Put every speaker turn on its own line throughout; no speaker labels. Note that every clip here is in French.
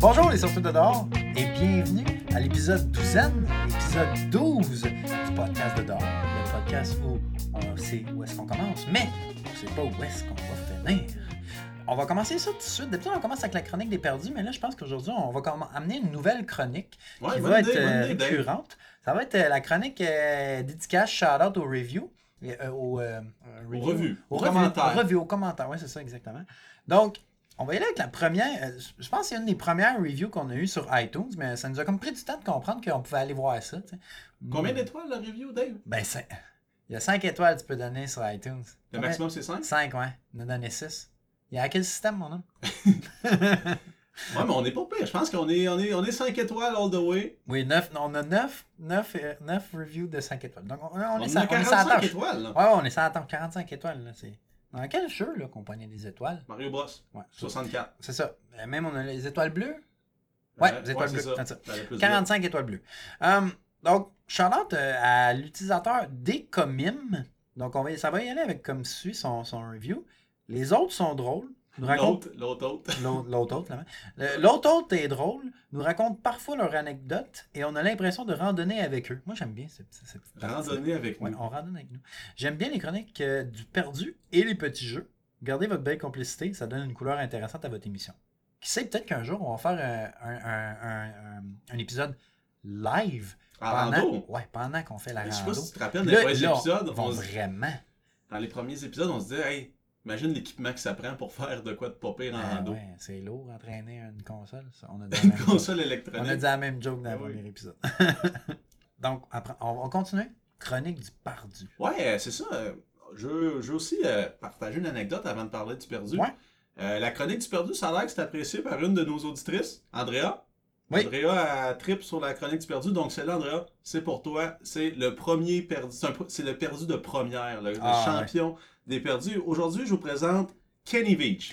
Bonjour les sorties de dehors et bienvenue à l'épisode douzaine, épisode 12 du podcast de dehors. Le podcast où on sait où est-ce qu'on commence, mais on sait pas où est-ce qu'on va finir. On va commencer ça tout de suite. D'habitude, on commence avec la chronique des perdus, mais là, je pense qu'aujourd'hui, on va comm- amener une nouvelle chronique
Ouais,
qui
bonne
va
idée,
être euh,
bonne idée, Dave.
récurrente. Ça va être euh, la chronique euh, dédicace, shout-out aux reviews. et, euh, aux, euh, euh,
Aux
reviews-
revues,
aux
aux
revues-
commentaires.
aux revues, aux commentaires, oui, c'est ça, exactement. Donc, on va y aller avec la première. euh, je- je pense que c'est une des premières reviews qu'on a eues sur iTunes, mais ça nous a comme pris du temps de comprendre qu'on pouvait aller voir ça. tu sais.
Combien
Mm.
d'étoiles la review, Dave
Ben, cin- il y a 5 étoiles que tu peux donner sur iTunes.
Le maximum, c'est 5
5, ouais. On a donné 6. Il y a quel système, mon homme
Ouais, mais on est pas pire. Je pense qu'on est, on est, on est 5 étoiles all the way.
Oui, 9. On a 9, 9, reviews de 5 étoiles. Donc, on, on
On,
est
est
sans-
à
on est sans
45
tâche.
étoiles. là.
Ouais, ouais, on est sans tâche. 45 étoiles, là. C'est... Dans quel jeu, là, qu'on prenait des étoiles
Mario Bros.
Ouais, ça,
64.
c'est ça. Euh, Même, on a les étoiles bleues. Ouais, les étoiles
Euh,
bleues,
c'est ça.
c'est ça.
T'avais plus de-
45 étoiles bleues. Hum, donc, shout-out euh, à l'utilisateur des comimes. Donc, on va, ça va y aller avec comme suit son, son review. Les autres sont drôles. Nous racontent-
L'autre, l'autre, l'autre.
L'autre l'autre autre, là. Le- L'autre autre est drôle, nous raconte parfois leurs anecdotes et on a l'impression de randonner avec eux. Moi, j'aime bien cette, cette petite partie-là.
Randonnée avec
Ouais,
nous.
on randonne avec nous. J'aime bien les chroniques euh, du perdu et les petits jeux. Gardez votre belle complicité, ça donne une couleur intéressante à votre émission. Qui sait, peut-être qu'un jour, on va faire euh, un, un- un- un- un épisode live
À
pendant,
rando.
ouais, pendant qu'on fait la
Je sais
rando.
pas si tu te rappelles des
Là,
premiers
là,
épisodes.
ils vont
on se-
vraiment.
Dans les premiers épisodes, on se disait, hey, imagine l'équipement que ça prend pour faire de quoi de pas pire en
Ah
rando.
ouais, c'est lourd entraîner une console. ça. On a dit la
Une
même chose.
console
On a
électronique.
dit la même joke dans le
Ah oui.
premier épisode. Donc, après, on va continuer. Chronique du pardu.
Ouais, euh, c'est ça. euh, Je veux, je veux aussi euh, partager une anecdote avant de parler du perdu.
Ouais.
Euh, la chronique du perdu, ça a l'air que c'est apprécié par une de nos auditrices, Andrea.
Oui.
Andrea trip sur la chronique du perdu. Donc, celle-là, Andrea, c'est pour toi. C'est le premier perdu. C'est un pr- C'est le perdu de première, le, le
Ah,
champion des perdus. Aujourd'hui, je vous présente Kenny Beach.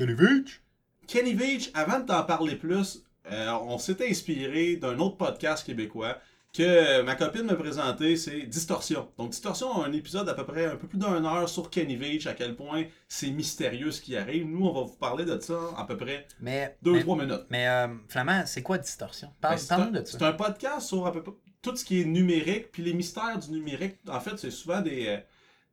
Kenny Beach, avant de t'en parler plus, euh, on s'était inspiré d'un autre podcast québécois que euh, ma copine m'a présenté, c'est Distorsion. Donc Distorsion a un épisode à peu près un peu plus d'une heure sur Kenny Beach, à quel point c'est mystérieux ce qui arrive. Nous, on va vous parler de ça en à peu près
Mais, mais,
2-3 minutes.
mais, euh, Flamand, c'est quoi distorsion? Parle-
Ben, c'est un-
Parle-nous de
C'est
ça.
un podcast sur à peu près tout ce qui est numérique, puis les mystères du numérique. En fait, c'est souvent des, euh,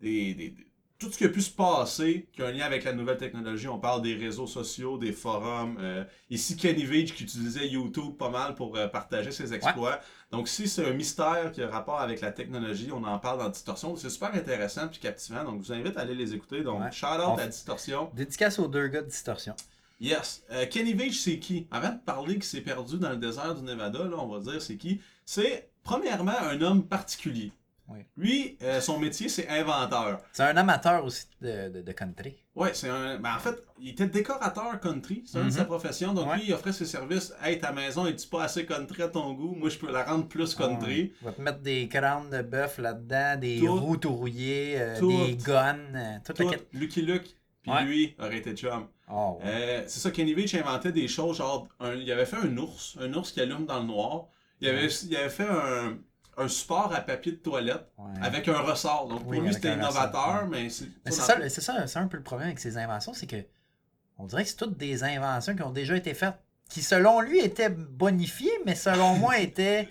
des- des- des- tout ce qui a pu se passer qui a un lien avec la nouvelle technologie. On parle des réseaux sociaux, des forums. euh, ici, Kenny Vage qui utilisait YouTube pas mal pour euh, partager ses exploits. Donc, si c'est un mystère qui a rapport avec la technologie, on en parle dans Distorsion. C'est super intéressant puis captivant. Donc, je vous invite à aller les écouter. Donc,
Ouais.
shout out
On-
à Distorsion.
Dédicace aux deux gars de distorsion.
Yes. Euh, Kenny Vage, c'est qui? Avant de parler qu'il s'est perdu dans le désert du Nevada, là, on va dire c'est qui. C'est, premièrement, un homme particulier.
Oui.
Lui, euh, son métier, c'est inventeur.
C'est un amateur aussi de, de- de country.
Ouais, c'est un. ben, en fait, il était décorateur country, c'est une de
Mhm.
sa profession. Donc,
Ouais.
lui, il offrait ses services. Hey, ta maison, est tu pas assez country à ton goût? Moi, je peux la rendre plus country.
On va te mettre des crânes de bœuf là-dedans, des
Tout.
roues rouillées, euh,
Tout.
des guns, euh, toute la
Toi,
quête.
Lucky Luke, puis
Ouais.
lui, aurait été chum.
Oh, ouais.
Euh, c'est ça, Kenny Beach inventait des choses, genre, un- il avait fait un ours, un ours qui allume dans le noir. Il avait, il avait fait un, un support à papier de toilette
Ouais.
avec un ressort. Donc, pour
Oui,
lui,
avec
c'était
un ressort,
innovateur,
ouais.
mais c'est
Mais c'est ça, le- c'est ça, c'est un peu le problème avec ces inventions, c'est que on dirait que c'est toutes des inventions qui ont déjà été faites, qui selon lui étaient bonifiées, mais selon moi étaient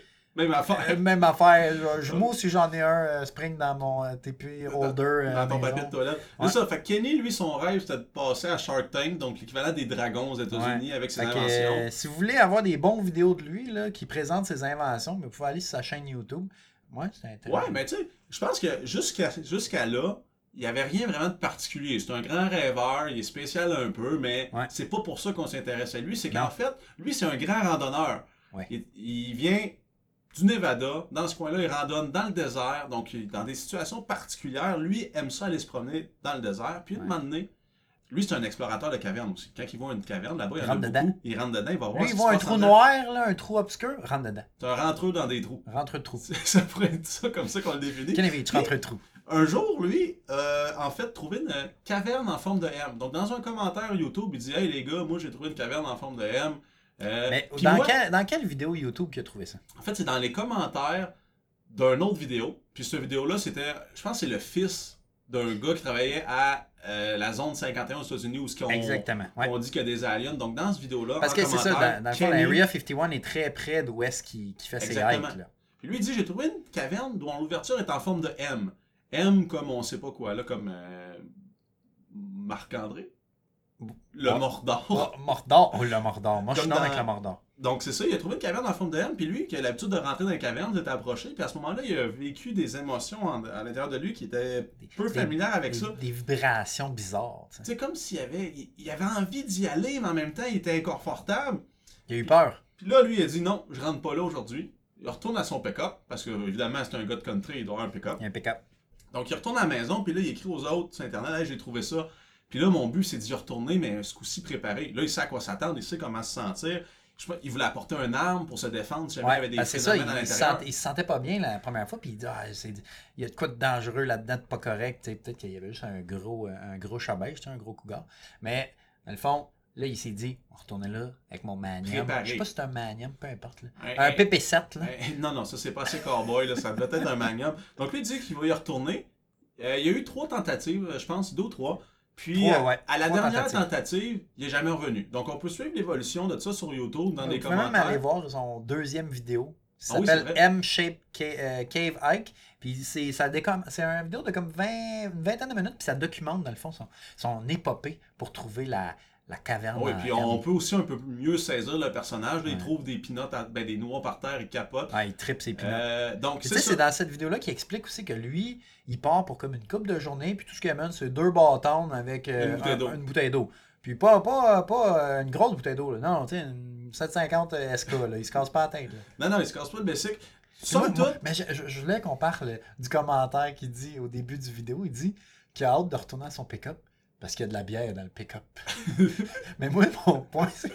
Même affaire,
Euh, Même affaire. Je, je moue si j'en ai un euh, spring dans mon euh, TP holder. euh,
dans ton
maison.
papier de toilette.
Ouais.
C'est ça, fait que Kenny, lui, son rêve, c'était de passer à Shark Tank, donc l'équivalent des dragons aux États-Unis avec ses
Fait que,
inventions.
euh, si vous voulez avoir des bons vidéos de lui là, qui présente ses inventions, mais vous pouvez aller sur sa chaîne YouTube. Ouais, c'est intéressant.
Ouais, mais tu sais, je pense que jusqu'à jusqu'à là, il n'y avait rien vraiment de particulier. C'est un grand rêveur, il est spécial un peu, mais
Ouais.
c'est pas pour ça qu'on s'intéresse à lui. C'est
Non.
qu'en fait, lui, c'est un grand randonneur.
Ouais.
Il, il vient du Nevada, dans ce coin-là, il randonne dans le désert, donc il- dans des situations particulières. Lui aime ça aller se promener dans le désert, puis à un
Ouais.
moment donné, lui, c'est un explorateur de cavernes aussi. Quand il voit une caverne, là-bas, il y
Il
en a
rentre
beaucoup.
dedans.
Il rentre dedans, il va voir
Lui,
ce
il
qui
voit
se
un
passe
trou
en-
noir, là, un trou obscur, rentre dedans.
C'est un rentreux dans des trous.
Rentre trou.
Ça pourrait être ça, comme ça qu'on le définit.
Kenevich, rentre trou.
Un jour, lui, euh, en fait, trouvé une caverne en forme de M. Donc, dans un commentaire YouTube, il dit Hey les gars, moi j'ai trouvé une caverne en forme de M. Euh,
Mais
puis
dans,
moi,
quel- dans quelle vidéo YouTube qu'il a trouvé ça
En fait, c'est dans les commentaires d'une autre vidéo. Puis cette vidéo-là, c'était, je pense, que c'est le fils d'un gars qui travaillait à euh, la zone 51 aux États-Unis où ce qu'on-
Exactement. ouais.
on dit qu'il y a des aliens. Donc, dans cette vidéo-là,
Parce
en
que c'est ça,
commentaire,
dans, dans le fond,
Kenny-
l'Area 51 est très près d'où est-ce qu'il qu'il fait ses
Exactement.
hikes. Là.
Puis lui, il dit J'ai trouvé une caverne dont l'ouverture est en forme de M. M comme on sait pas quoi, là, comme euh, Marc-André. Le
Ouais.
Mordor.
Oh, Mordor, oh le Mordor. Moi, je suis
Comme
dans
dans-
avec le Mordor.
Donc, c'est ça, il a trouvé une caverne en forme de M, puis lui, qui a l'habitude de rentrer dans les cavernes, s'est approché, puis à ce moment-là, il a vécu des émotions en- à l'intérieur de lui qui étaient peu
Des-
familières avec
Des,
ça.
des vibrations bizarres. tu sais.
C'est comme s'il avait, il, il avait envie d'y aller, mais en même temps, il était inconfortable.
Il a eu peur.
Puis là, lui, il a dit non, je rentre pas là aujourd'hui. Il retourne à son pick-up, parce que évidemment, c'est un gars de country, il doit avoir un pick-up.
Il y a un pick-up.
Donc, il retourne à la maison, puis là, il écrit aux autres sur Internet, hey, j'ai trouvé ça. Puis là, mon but, c'est d'y retourner, mais ce coup-ci préparé. Là, il sait à quoi s'attendre, il sait comment se sentir. Je sais pas, il voulait apporter une arme pour se défendre si jamais il y avait
Ouais,
des
parce que c'est ça, il,
phénomènes à
il se
l'intérieur.
sentait, il se sentait pas bien la première fois, puis il dit Ah, c'est- il y a de quoi de dangereux là-dedans, de pas correct. tu sais, Peut-être qu'il y avait juste un gros, un gros chabèche, tu sais, un gros cougar. Mais, dans le fond, là, il s'est dit On retournait là avec mon manium.
Préparé. Eh,
Je sais pas si c'est un manium, peu importe. là.
Hey,
Un
hey,
PP7, là.
hey, non, non, ça, c'est pas assez cowboy, là, ça devait être un magnum. Donc, lui, il dit qu'il va y retourner. Euh, il y a eu trois tentatives, euh, je pense, deux ou trois. Puis,
Trois,
euh,
ouais.
à la
Trois
dernière
tentatives.
tentative, il est jamais revenu. Donc, on peut suivre l'évolution de ça sur YouTube dans les
Vous pouvez même aller
commentaires.
voir son deuxième vidéo. Ça
Ah oui,
s'appelle
c'est vrai.
M-Shape Ca- euh, Cave Hike. Puis c'est ça décomme- c'est un vidéo de comme 20, une vingtaine de minutes. Puis ça documente, dans le fond, son, son épopée pour trouver la, Ah la caverne.
Ah Oui,
en
puis
M.
on peut aussi un peu mieux saisir le personnage. Là, Il
Ouais.
trouve des pinottes, à- ben, des noix par terre, il capote.
Ah, il tripe ses pinottes.
Euh, donc,
Puis
c'est
tu sais, c'est
ça.
dans cette vidéo-là qu'il explique aussi que lui, il part pour comme une coupe de journée, puis tout ce qu'il amène, c'est deux bâtons avec euh,
Une bouteille
un-
d'eau.
une bouteille d'eau. Puis pas, pas, pas euh, une grosse bouteille d'eau, là. non, tu sais, une 750 SK, là. il se casse pas la tête. là.
Non, non, il se casse pas le basic.
Moi-
Somme
moi-
toute,
mais je, je- je voulais qu'on parle du commentaire qu'il dit au début du vidéo. Il dit qu'il a hâte de retourner à son pick-up parce qu'il y a de la bière dans le pick-up. mais moi, mon point, c'est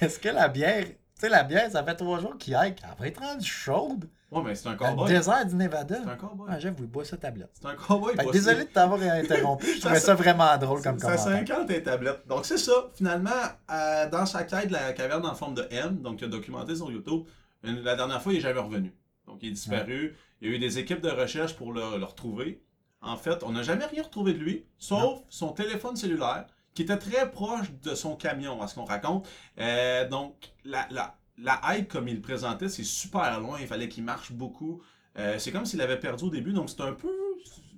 est-ce que la bière. Tu sais, la bière, ça fait trois jours qu'il hike. Elle va être rendue chaude
ouais, mais c'est un
dans le
cowboy.
désert du Nevada.
C'est un cowboy.
Ah, Jeff, vous boit sa tablette.
C'est un cowboy.
Fait que
pas
désolé
si-
de t'avoir interrompu. Je
Ça,
trouvais
ça-
ça vraiment drôle comme
Ça
commentaire.
50 les tablettes. Donc, c'est ça. Finalement, euh, dans sa quête de la caverne en forme de M, donc il a documenté sur YouTube, une- la dernière fois, il est jamais revenu. Donc, il est disparu. Il y a eu des équipes de recherche pour le, le retrouver. En fait, on n'a jamais rien retrouvé de lui, sauf son téléphone cellulaire, qui était très proche de son camion, à ce qu'on raconte. Euh, donc, la, la, la hype, comme il le présentait, c'est super loin. Il fallait qu'il marche beaucoup. Euh, c'est comme s'il avait perdu au début, donc c'est un peu.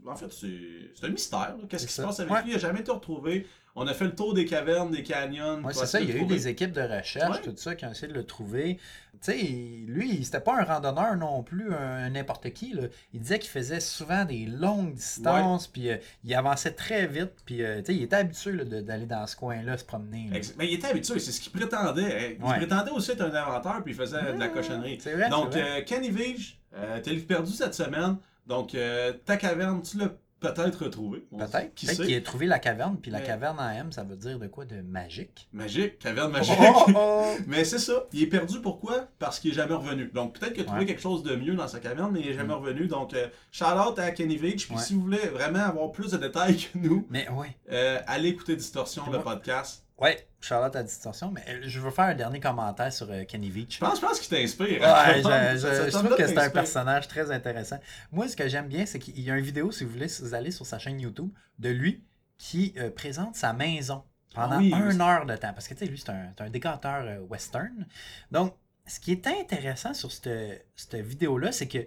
En fait, c'est c'est un mystère. là. Qu'est-ce
C'est
qui se
ça.
passe avec
Ouais.
lui Il n'a jamais été retrouvé. On a fait le tour des cavernes, des canyons.
Ouais,
pour
c'est ça, il y
essayer
a
de
eu
trouver.
des équipes de recherche,
Ouais.
tout ça, qui ont essayé de le trouver. Tu sais, il- lui, il- c'était pas un randonneur non plus, un n'importe qui. là. Il disait qu'il faisait souvent des longues distances, puis euh, il avançait très vite, puis euh, tu sais, il était habitué là, de- d'aller dans ce coin-là, se promener. là.
Ex- Mais il était habitué, c'est ce qu'il prétendait. hein. Il
Ouais.
prétendait aussi être un inventeur, puis il faisait de la
Mmh,
cochonnerie.
C'est vrai,
Donc,
c'est vrai.
euh, Canivige, euh, t'es le perdu cette semaine. Donc, euh, ta caverne, tu l'as peut-être retrouvée. On-
peut-être
Qui
peut-être
sait?
qu'il a trouvé la caverne, puis la
Mais-
caverne en M, ça veut dire de quoi de magique.
Magique, caverne magique.
Oh, oh, oh!
Mais c'est ça, il est perdu pourquoi Parce qu'il est jamais revenu. Donc peut-être qu'il a trouvé
Ouais.
quelque chose de mieux dans sa caverne, mais il est jamais
Mm.
revenu. Donc euh, shout out à Kenny Vage. Puis
Ouais.
si vous voulez vraiment avoir plus de détails que nous,
Mais ouais.
euh, allez écouter Distorsion,
Puis
le
moi-
podcast.
Ouais, Charlotte à distorsion, mais euh, je veux faire un dernier commentaire sur euh, Kenny Beach.
Je pense, je pense qu'il t'inspire.
Ouais,
Cet
je, je- je trouve
homme-là
que c'est un
t'inspire.
personnage très intéressant. Moi, ce que j'aime bien, c'est qu'il y a une vidéo, si vous voulez, si vous allez sur sa chaîne YouTube, de lui qui euh, présente sa maison pendant
Ah oui, oui.
une heure de temps. Parce que, tu sais, lui, c'est un, c'est un décanteur euh, western. Donc, ce qui est intéressant sur cette, cette vidéo-là, c'est que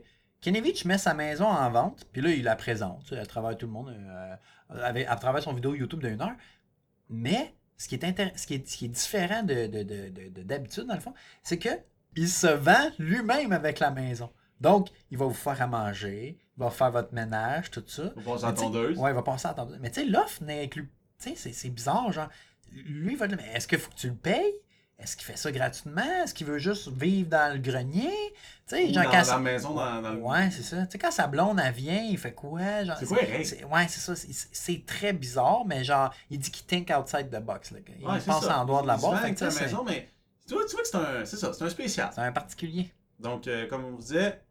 Kenevich met sa maison en vente, puis là, il la présente tu sais, à travers tout le monde, euh, avec- à travers son vidéo YouTube d'une heure. Mais ce qui est, intér- ce qui est, ce qui est différent de- de- de- de- de- d'habitude, dans le fond, c'est que il se vend lui-même avec la maison. Donc, il va vous faire à manger, il va faire votre ménage, tout ça.
On passe à la
Mais tu sais-
tondeuse.
Ouais, il va passer à la tondeuse. Mais tu sais, l'offre n'est inclus. Tu sais, c'est- c'est bizarre, genre. Lui, il va dire, mais est-ce qu'il faut que tu le payes? Est-ce qu'il fait ça gratuitement? Est-ce qu'il veut juste vivre dans le grenier? Tu sais,
Ou
genre,
dans
quand
la
ça-
maison, dans, dans le...
Ouais, c'est ça. Tu sais, quand sa blonde, elle vient, il fait quoi? Genre,
C'est quoi les règles?
c'est- Ouais, c'est ça. C'est- C'est très bizarre, mais genre, il dit qu'il think outside the box. Là. Il
Ouais, c'est
pense
ça.
en dehors de la
Il se vend
boîte. Fait
avec
que, tu
ta
sais, C'est
maison, mais tu vois, tu vois que c'est un, c'est ça, c'est un spécial.
c'est un particulier.
Donc, euh, comme on vous disait,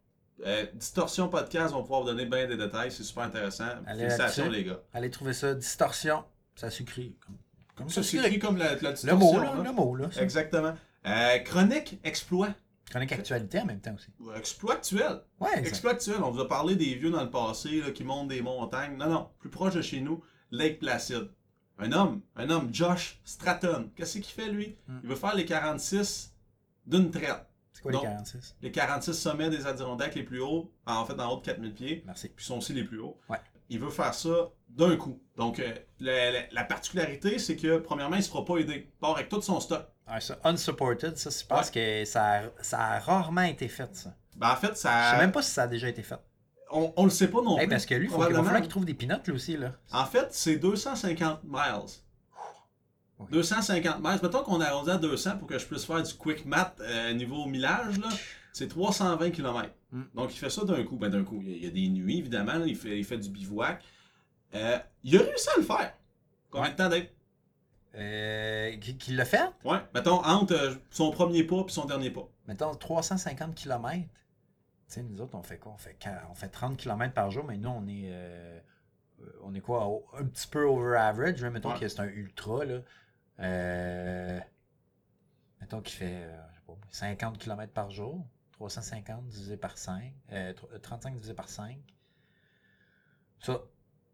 euh, Distorsion Podcast, on va pouvoir vous donner bien des détails. C'est super intéressant.
Allez
Félicitations,
là-dessus.
les gars.
Allez trouver ça. Distorsion. Ça s'écrit. Comme, comme
Ça,
ça,
c'est
s'écrit.
écrit comme la, la
Le
distorsion, hein?
mot, là.
là.
Le mot, là. ça.
Exactement. Euh, chronique, exploit.
Chronique actualité en même temps aussi.
Ou Exploit actuel.
Ouais, ça-
Exploit actuel. On vous a parlé des vieux dans le passé là, qui montent des montagnes. Non, non, plus proche de chez nous. Lake Placid. Un homme, un homme, Josh Stratton. Qu'est-ce qu'il fait, lui?
Mm.
Il veut faire les 46 d'une traite.
C'est quoi
Non.
les 46?
Les 46 sommets des Adirondacks les plus hauts, en fait, en haut de 4000 pieds
Merci.
puis sont aussi les plus hauts.
Ouais.
Il veut faire ça d'un coup. Donc, euh, la, la- la particularité, c'est que, premièrement, il ne se fera pas aider. Il part avec tout son stock.
Ah, ça, unsupported, ça, je pense que ça a, ça a rarement été fait, ça.
Ben, en fait,
Je sais
ça.
même pas si ça a déjà été fait.
On, on le sait pas non
Hey,
plus.
parce que lui, faut il va
probablement.
falloir qu'il trouve des pinottes, lui aussi, là.
En fait, c'est 250 miles.
Ok.
250 miles. Mettons qu'on arrondit à 200 pour que je puisse faire du quick math euh, niveau millage, là. C'est 320 km.
Mm.
Donc, il fait ça d'un coup. Ben, d'un coup, il y a- il y, a des nuits, évidemment. là. Il, fait, il fait du bivouac. Euh, il a réussi à le faire. Combien de temps, Dave?
Euh, qui qui l'a fait?
Ouais, mettons, entre euh, son premier pas puis son dernier pas.
Mettons 350 km. Tu sais, nous autres, on fait quoi? On fait, quar- on fait 30 km par jour, mais nous, on est. euh, euh, on est quoi? au- Un petit peu over average. hein, Mettons
Ouais.
que c'est un ultra, là. Euh, mettons qu'il fait euh, je sais pas, 50 km par jour. 350 divisé par 5. euh, tro- euh, 35 divisé par 5. Ça.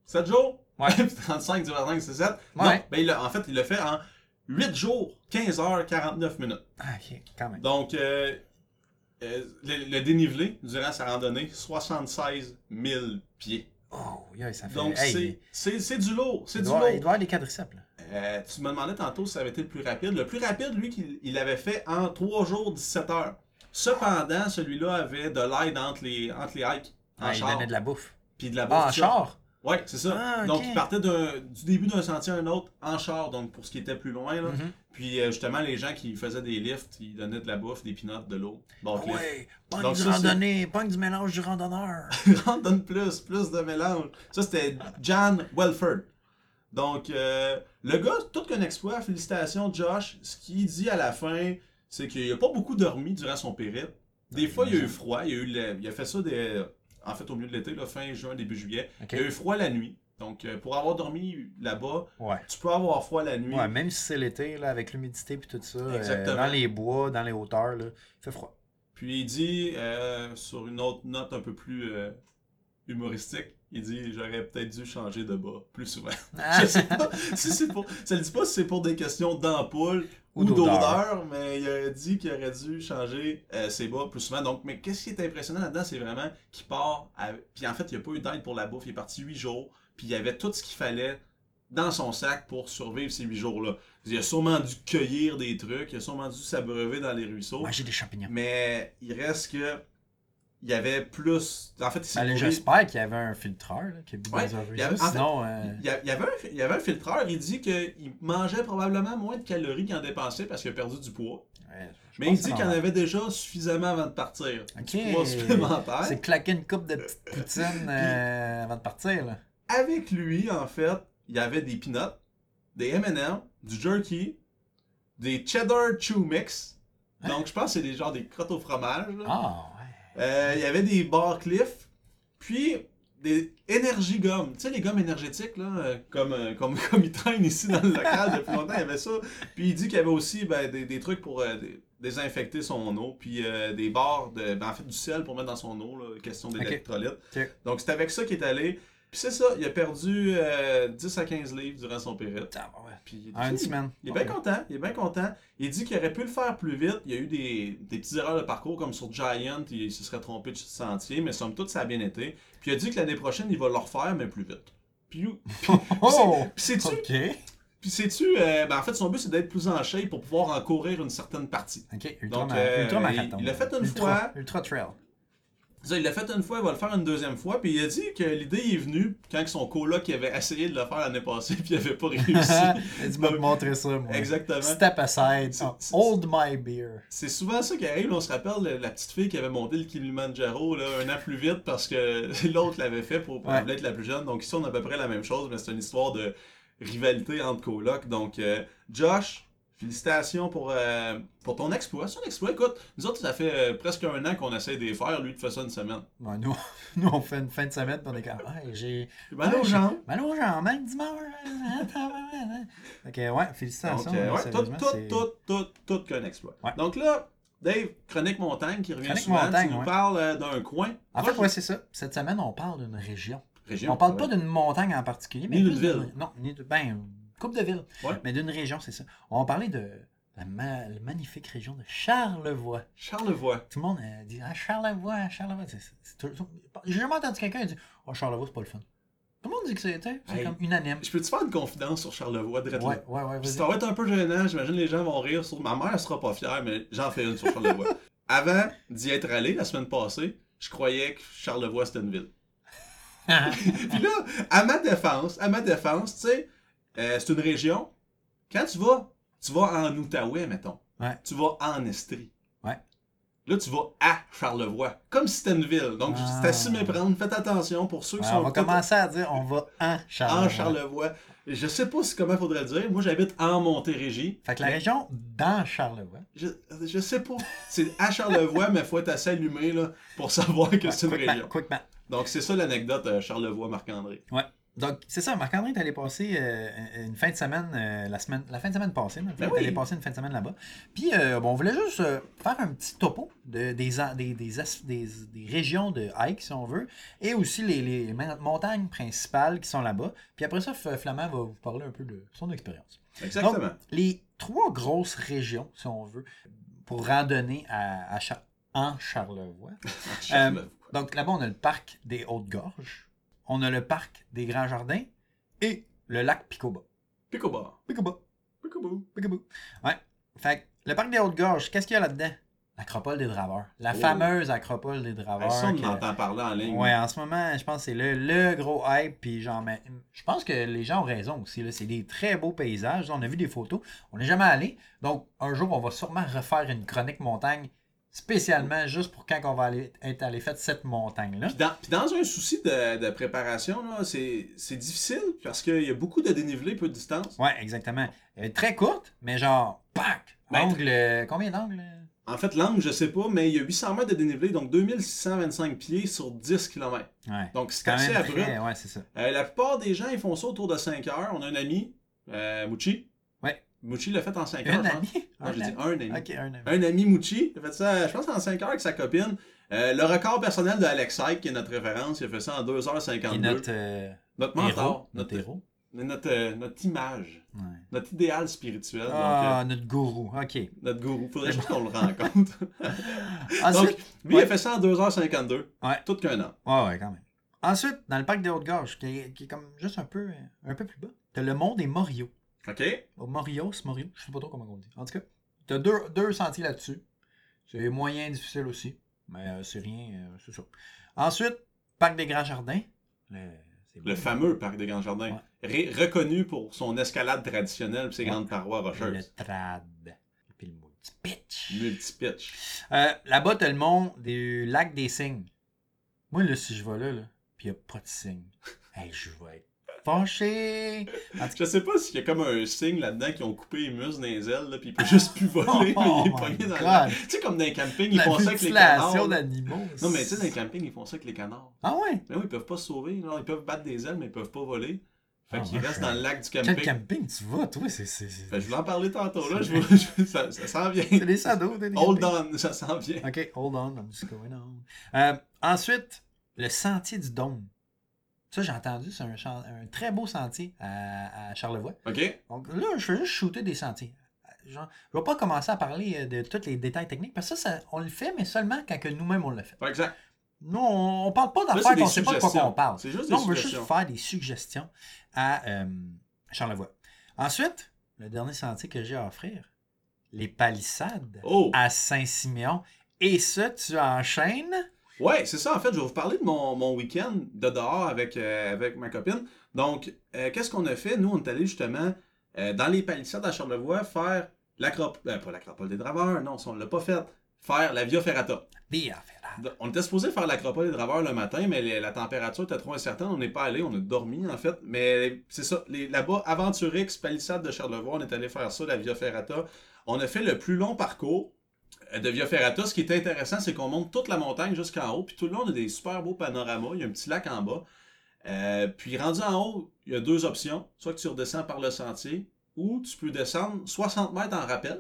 7 jours?
Ouais.
Puis 35, 35, c'est 7. Non,
Ouais.
ben, il l'a- en fait, il le fait en 8 jours, 15 heures, 49 minutes.
Ah, ok, quand même.
Donc, euh, euh, le, le dénivelé durant sa randonnée, 76 000 pieds.
Oh, yeah, ça fait.
Donc,
hey,
c'est-
il-
c'est c'est du lourd.
il,
C'est du
doit, il
lourd.
doit avoir les quadriceps, là.
Euh, tu me demandais tantôt si ça avait été le plus rapide. Le plus rapide, lui, qu'il il avait fait en 3 jours, 17 heures. Cependant, celui-là avait de l'aide entre les, entre les hikes. En
Ah, il
char.
donnait de la bouffe.
Puis de la bouffe,
Ah, en
tout ça.
char?
Ouais, c'est ça.
Ah, ok.
Donc, il partait d'un- du début d'un sentier à un autre en char, donc pour ce qui était plus loin. Là.
Mhm.
Puis, euh, justement, les gens qui faisaient des lifts, ils donnaient de la bouffe, des pinottes, de l'eau. Bon,
Ah
lift.
ouais, punk
Donc
du
ça, c'est-
randonnée, punk du mélange du randonneur.
On donne plus, plus de mélange. Ça, c'était Jan Welford. Donc, euh, le gars, tout qu'un exploit. Félicitations, Josh. Ce qu'il dit à la fin, c'est qu'il n'a pas beaucoup dormi durant son périple. Des
Ouais,
fois, il a eu
j'imagine.
froid. Il a, eu le- il a fait ça des, en fait au milieu de l'été, là, fin juin, début juillet.
Ok.
Il a eu froid la nuit. Donc, euh, pour avoir dormi là-bas,
Ouais.
tu peux avoir froid la nuit.
Ouais, même si c'est l'été, là, avec l'humidité puis tout ça, euh,
Exactement.
dans les bois, dans les hauteurs, là, il fait froid.
Puis il dit, euh, sur une autre note un peu plus euh, humoristique, il dit J'aurais peut-être dû changer de bas plus souvent.
Ah.
Je sais pas si c'est pour. Ça le dit pas si c'est pour des questions d'ampoule
Ou
ou,
d'odeur.
d'odeur, mais il a dit qu'il aurait dû changer euh, ses bas plus souvent. Donc, mais qu'est-ce qui est impressionnant là-dedans, c'est vraiment qu'il part. à- Puis en fait, il a pas eu d'aide pour la bouffe. Il est parti huit jours, puis il y avait tout ce qu'il fallait dans son sac pour survivre ces huit jours-là. Il a sûrement dû cueillir des trucs, il a sûrement dû s'abreuver dans les ruisseaux.
Manger des champignons.
Mais il reste que. Il y avait plus. En fait, il s'est
Allez,
nourri-
Ben, J'espère qu'il y avait un filtreur là, qui a bu
Ouais,
dans un
il y avait-
ruisseau,
en fait,
Sinon, euh,
Il y, a- il y avait un, il y avait un filtreur, il dit qu'il mangeait probablement moins de calories qu'il en dépensait parce qu'il a perdu du poids.
ouais, je pense
Mais il
que
dit
c'est
qu'il en
normal.
avait déjà suffisamment avant de partir.
Ok.
Du poids supplémentaire.
C'est claquer une coupe de petite poutine euh, avant de partir. Là.
Avec lui, en fait, il y avait des peanuts, des M&M, du jerky, des cheddar chew mix. Donc, je pense que c'est des genres des crottes au fromage. là.
Hein? Ah, ouais.
Euh, il y avait des bars cliff, puis des énergie gommes. Tu sais, les gommes énergétiques, là, euh, comme, euh, comme, comme ils traînent ici dans le local depuis longtemps, il y avait ça. Puis il dit qu'il y avait aussi ben, des, des trucs pour euh, dé- désinfecter son eau, puis euh, des barres, de, ben, en fait, du sel pour mettre dans son eau, là, question d'électrolyte.
Ok.
Donc c'est avec ça qu'il est allé. Puis c'est ça, il a perdu euh, 10 à 15 livres durant son périple.
Putain, Ah, ouais.
Puis il est
En une
fini.
semaine. Oh!
Il est bien content, il est bien content. Il dit qu'il aurait pu le faire plus vite. Il y a eu des, des petites erreurs de parcours comme sur Giant, il se serait trompé de sentier, mais somme toute, ça a bien été. Puis il a dit que l'année prochaine, il va le refaire, mais plus vite. Puis, où-
Oh!
puis sais-tu,
Ok.
puis sais-tu, euh, ben en fait, son but, c'est d'être plus en shape pour pouvoir en courir une certaine partie.
Ok, ultra,
Donc, euh,
ultra marathon.
il- il l'a fait une
Ultra-
fois.
Ultra trail.
C'est ça, Il l'a fait une fois, il va le faire une deuxième fois, puis il a dit que l'idée est venue quand son coloc il avait essayé de le faire l'année passée, puis il avait pas réussi.
tu m'as montré ça, moi.
Exactement.
Step aside.
C'est- c'est-
Hold my beer.
C'est souvent ça qui arrive, on se rappelle le- la petite fille qui avait monté le Kilimanjaro là, un an plus vite parce que l'autre l'avait fait pour, pour
Ouais.
être la plus jeune. Donc ici on a à peu près la même chose, mais c'est une histoire de rivalité entre colocs. Donc euh, Josh, félicitations pour, euh, pour ton exploit. C'est un exploit, écoute, nous autres ça fait euh, presque un an qu'on essaie de les faire, lui il fait ça une semaine.
Bon, nous, nous, on fait une fin de semaine, puis on est comme, ouais, j'ai
Puis Ben aux gens.
mal aux Eh jambes, mal dimanche. hein, tabarnak, hein. Ok, ouais, félicitations.
Donc, euh,
hein,
ouais, tout,
sérieusement,
tout,
c'est-
tout, tout, tout qu'un exploit.
Ouais.
Donc là, Dave, Chronique Montagne qui revient
Chronique
souvent,
Montagne,
tu nous
ouais.
parles euh, d'un coin.
En fait,
Proche-
ouais, c'est ça. Cette semaine, on parle d'une région.
Région.
On parle
ouais.
pas d'une montagne en particulier, mais.
Ni
plus
d'une
de-
ville.
Non, ni de. Ben, coupe de ville.
Ouais.
Mais d'une région, c'est ça. On va parler de la, ma- la magnifique région de Charlevoix.
Charlevoix.
Tout le monde euh, dit Ah, Charlevoix, Charlevoix. C'est- c'est- c'est toujours- J'ai jamais entendu quelqu'un dire Oh, Charlevoix, c'est pas le fun. Tout le monde dit que c'est tu sais, c'est
Hey.
comme unanime.
Je peux-tu faire une confidence sur Charlevoix,
Ouais,
direct
ouais, ouais. vas-y.
Ça va être un peu gênant, j'imagine les gens vont rire. Sur... Ma mère sera pas fière, mais j'en fais une sur Charlevoix. Avant d'y être allé la semaine passée, je croyais que Charlevoix c'était une ville. Puis là, à ma défense, à ma défense, tu sais, euh, c'est une région. Quand tu vas, tu vas en Outaouais, mettons.
Ouais.
Tu vas en Estrie.
Ouais.
Là, tu vas à Charlevoix, comme si c'était une ville. Donc,
Ah.
c'est à s'y méprendre. Faites attention pour ceux qui
Ouais,
sont
on va
peut-être
commencer à dire On va en Charlevoix.
en Ah, Charlevoix. Je sais pas si- comment faudrait le dire. Moi, j'habite en Montérégie.
Fait que la région dans Charlevoix.
Je, je sais pas. C'est à Charlevoix, mais faut être assez allumé là, pour savoir que c'est une
Ouais, quickement,
région.
quickement.
Donc, c'est ça l'anecdote euh, Charlevoix-Marc-André.
Donc, c'est ça, Marc-André est allé passer euh, une fin de semaine, euh, la semaine, la fin de semaine passée, dans le fond,
Ben
il est allé
oui.
passer une fin de semaine là-bas. Puis, euh, bon, on voulait juste euh, faire un petit topo de- des, en- des, des, as- des- des régions de hike, si on veut, et aussi les, les mon- montagnes principales qui sont là-bas. Puis après ça, F- Flamand va vous parler un peu de son expérience.
Exactement.
Les trois grosses régions, si on veut, pour randonner à, à Char- en Charlevoix,
À Ah, Charlevoix.
donc là-bas, on a le parc des Hautes-Gorges, on a le parc des Grands Jardins et le lac Picoba.
Picobar.
Picoba,
Picoboo.
Picoba. Ouais. Fait que le parc des Hautes-Gorges, qu'est-ce qu'il y a là-dedans? L'acropole des Draveurs. La
Oh.
fameuse acropole des
Hey,
Draveurs.
ça, on
que-
entend parler en ligne.
Ah, Ouais, en ce moment, je pense que c'est le, le gros hype. Puis genre, mais, je pense que les gens ont raison aussi. là. C'est des très beaux paysages. On a vu des photos. On n'est jamais allé. Donc, un jour, on va sûrement refaire une chronique montagne spécialement juste pour quand on va aller, être allé faire cette montagne-là.
Puis dans, puis dans un souci de, de préparation, là, c'est c'est difficile parce qu'il y a beaucoup de dénivelé, peu de distance.
Ouais, exactement. Euh, très courte, mais genre, pack!
Ben,
Angle, euh, combien d'angles? euh?
En fait, l'angle, je sais pas, mais il y a 800 mètres de dénivelé, donc 2625 pieds sur 10 km.
Ouais.
Donc c'est
Quand
assez
même
abrupt.
très, ouais, c'est ça.
Euh, la plupart des gens, ils font ça autour de 5 heures. On a un ami, euh, Mouchi.
Ouais.
Mouchi l'a fait en 5 heures.
Un
je pense.
ami?
Non,
Un
j'ai dit
ami.
un ami.
Ok, un ami.
Un ami Mouchi, il a fait ça, je pense, en 5 heures avec sa copine. Euh, le record personnel de Alex Hyde, qui est notre référence, il a fait ça en 2h52.
Et notre euh,
Notre
héros.
mentor,
Notre héros.
Mais notre, euh, notre image,
Ouais.
notre idéal spirituel, donc,
Ah, notre gourou. OK.
euh, notre gourou. Faudrait juste qu'on le rencontre.
Ensuite,
Lui, il a fait ça en 2h52.
Ouais.
Tout qu'un an.
Ouais, ouais, quand même. Ensuite, dans le parc des Hautes-Gorges, qui, est- qui est comme juste un peu, un peu plus bas, t'as le mont des Moriaux.
OK?
Oh, Morios, Morio, je sais pas trop comment on dit. En tout cas, t'as deux, deux sentiers là-dessus. C'est moyen difficile aussi, mais euh, c'est rien, euh, c'est ça. Ensuite, parc des Grands Jardins. Le, c'est beau,
Le fameux parc des Grands Jardins. Ré- reconnu pour son escalade traditionnelle et ses
Ouais.
grandes parois
Le
rocheuses.
trad. Et puis le mot pitch.
Multi-pitch.
Euh, là-bas, t'as le mont du lac des cygnes. Moi, là, si je vais là, là pis y'a pas de cygne, hey, je vais être fâché.
Je sais pas s'il y a comme un signe là-dedans qui ont coupé les muscles dans les ailes, là, puis il peut juste plus voler.
Oh
il est
my
pogné dans
God.
l'air. Tu sais, comme dans les campings, ils
La
font ça avec les
mutilation
canards. là.
d'animaux.
Non, mais tu sais, dans les campings, ils font ça avec les canards.
Ah ouais?
Mais oui, ils peuvent pas se sauver. là. Ils peuvent battre des ailes, mais ils peuvent pas voler. Fait
Ah,
qu'ils
ouais,
restent
je-
dans le lac du
Quel
camping.
camping tu vas, toi? C'est, c'est, c'est...
Fait que je voulais en parler tantôt, là.
C'est
Je, vois- je- ça, ça s'en vient.
c'est des sados. des- des
Hold
campings.
on, ça s'en vient.
OK, hold on. I'm just going on. Euh, ensuite, le sentier du Dôme. Ça, j'ai entendu, c'est un, chan- un très beau sentier à, à Charlevoix.
OK?
Donc là, je veux juste shooter des sentiers. Genre, je ne vais pas commencer à parler euh, de tous les détails techniques parce que ça, ça, on le fait, mais seulement quand que nous-mêmes, on le fait.
Fait que ça-
Nous, on ne parle pas
Là,
d'affaires
c'est
qu'on
des
ne sait pas de quoi
suggestions.
on parle.
C'est juste des
Non, on veut juste
suggestions.
faire des suggestions à euh, Charlevoix. Ensuite, le dernier sentier que j'ai à offrir, les palissades
Oh!
à Saint-Siméon. Et ça, tu enchaînes.
Ouais, c'est ça. En fait, je vais vous parler de mon, mon week-end de dehors avec, euh, avec ma copine. Donc, euh, qu'est-ce qu'on a fait? Nous, on est allé justement euh, dans les palissades à Charlevoix faire l'acropole. pas l'acropole des draveurs, non, ça, on l'a pas fait. Faire la Via Ferrata.
Via Ferrata.
On était supposé faire l'acropole des draveurs le matin, mais les- la température était trop incertaine. On n'est pas allé, on a dormi en fait. Mais c'est ça, les- là-bas, Aventurix, Palissade de Charlevoix, on est allé faire ça, la Via Ferrata. On a fait le plus long parcours euh, de Via Ferrata. Ce qui est intéressant, c'est qu'on monte toute la montagne jusqu'en haut. Puis tout le long, on a des super beaux panoramas. Il y a un petit lac en bas. Euh, puis rendu en haut, il y a deux options. Soit que tu redescends par le sentier, ou tu peux descendre 60 mètres en rappel.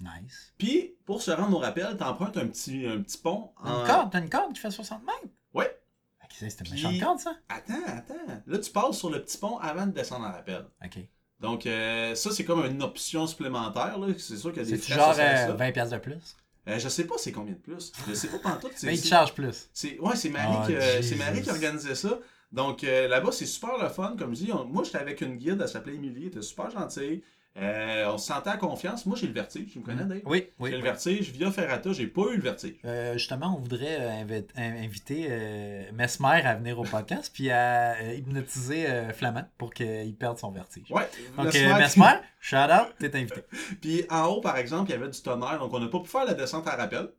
Nice.
Puis, pour se rendre au rappel, t'empruntes un petit, un petit pont.
T'as
en-
une corde, t'as une corde qui fait 60 mètres.
Euh, Ouais.
Ok, c'est c'était une
Puis-
méchante corde, ça?
Attends, attends. Là, tu passes sur le petit pont avant de descendre à la pelle.
OK.
Donc, euh, ça, c'est comme une option supplémentaire. là. C'est sûr qu'il y a des
C'est-tu
frais
genre
associés à
euh,
ça.
20$ piastres de plus?
Euh, je sais pas c'est combien de plus. Je sais pas pantoute. c'est-
Mais ils te
c'est-
chargent plus.
c'est- Ouais, c'est Marie,
Oh,
qui, euh, c'est
Jesus.
Marie qui organisait ça. Donc euh, là-bas, c'est super le fun. Comme je dis, on- moi, j'étais avec une guide, elle s'appelait Émilie, elle était super gentille. Euh, on se sentait en confiance. Moi, j'ai le vertige, tu me connais, Dave?
Mm. Oui, oui.
J'ai le vertige. Via Ferrata, j'ai pas eu le vertige.
Euh, justement, on voudrait euh, invi- in- inviter euh, Mesmer à venir au podcast puis à euh, hypnotiser euh, Flamand pour qu'il perde son vertige.
Ouais.
Donc,
Mesmer-
euh, Mesmer, shout out, t'es invité.
Puis en haut, par exemple, il y avait du tonnerre, donc on n'a pas pu faire la descente à rappel.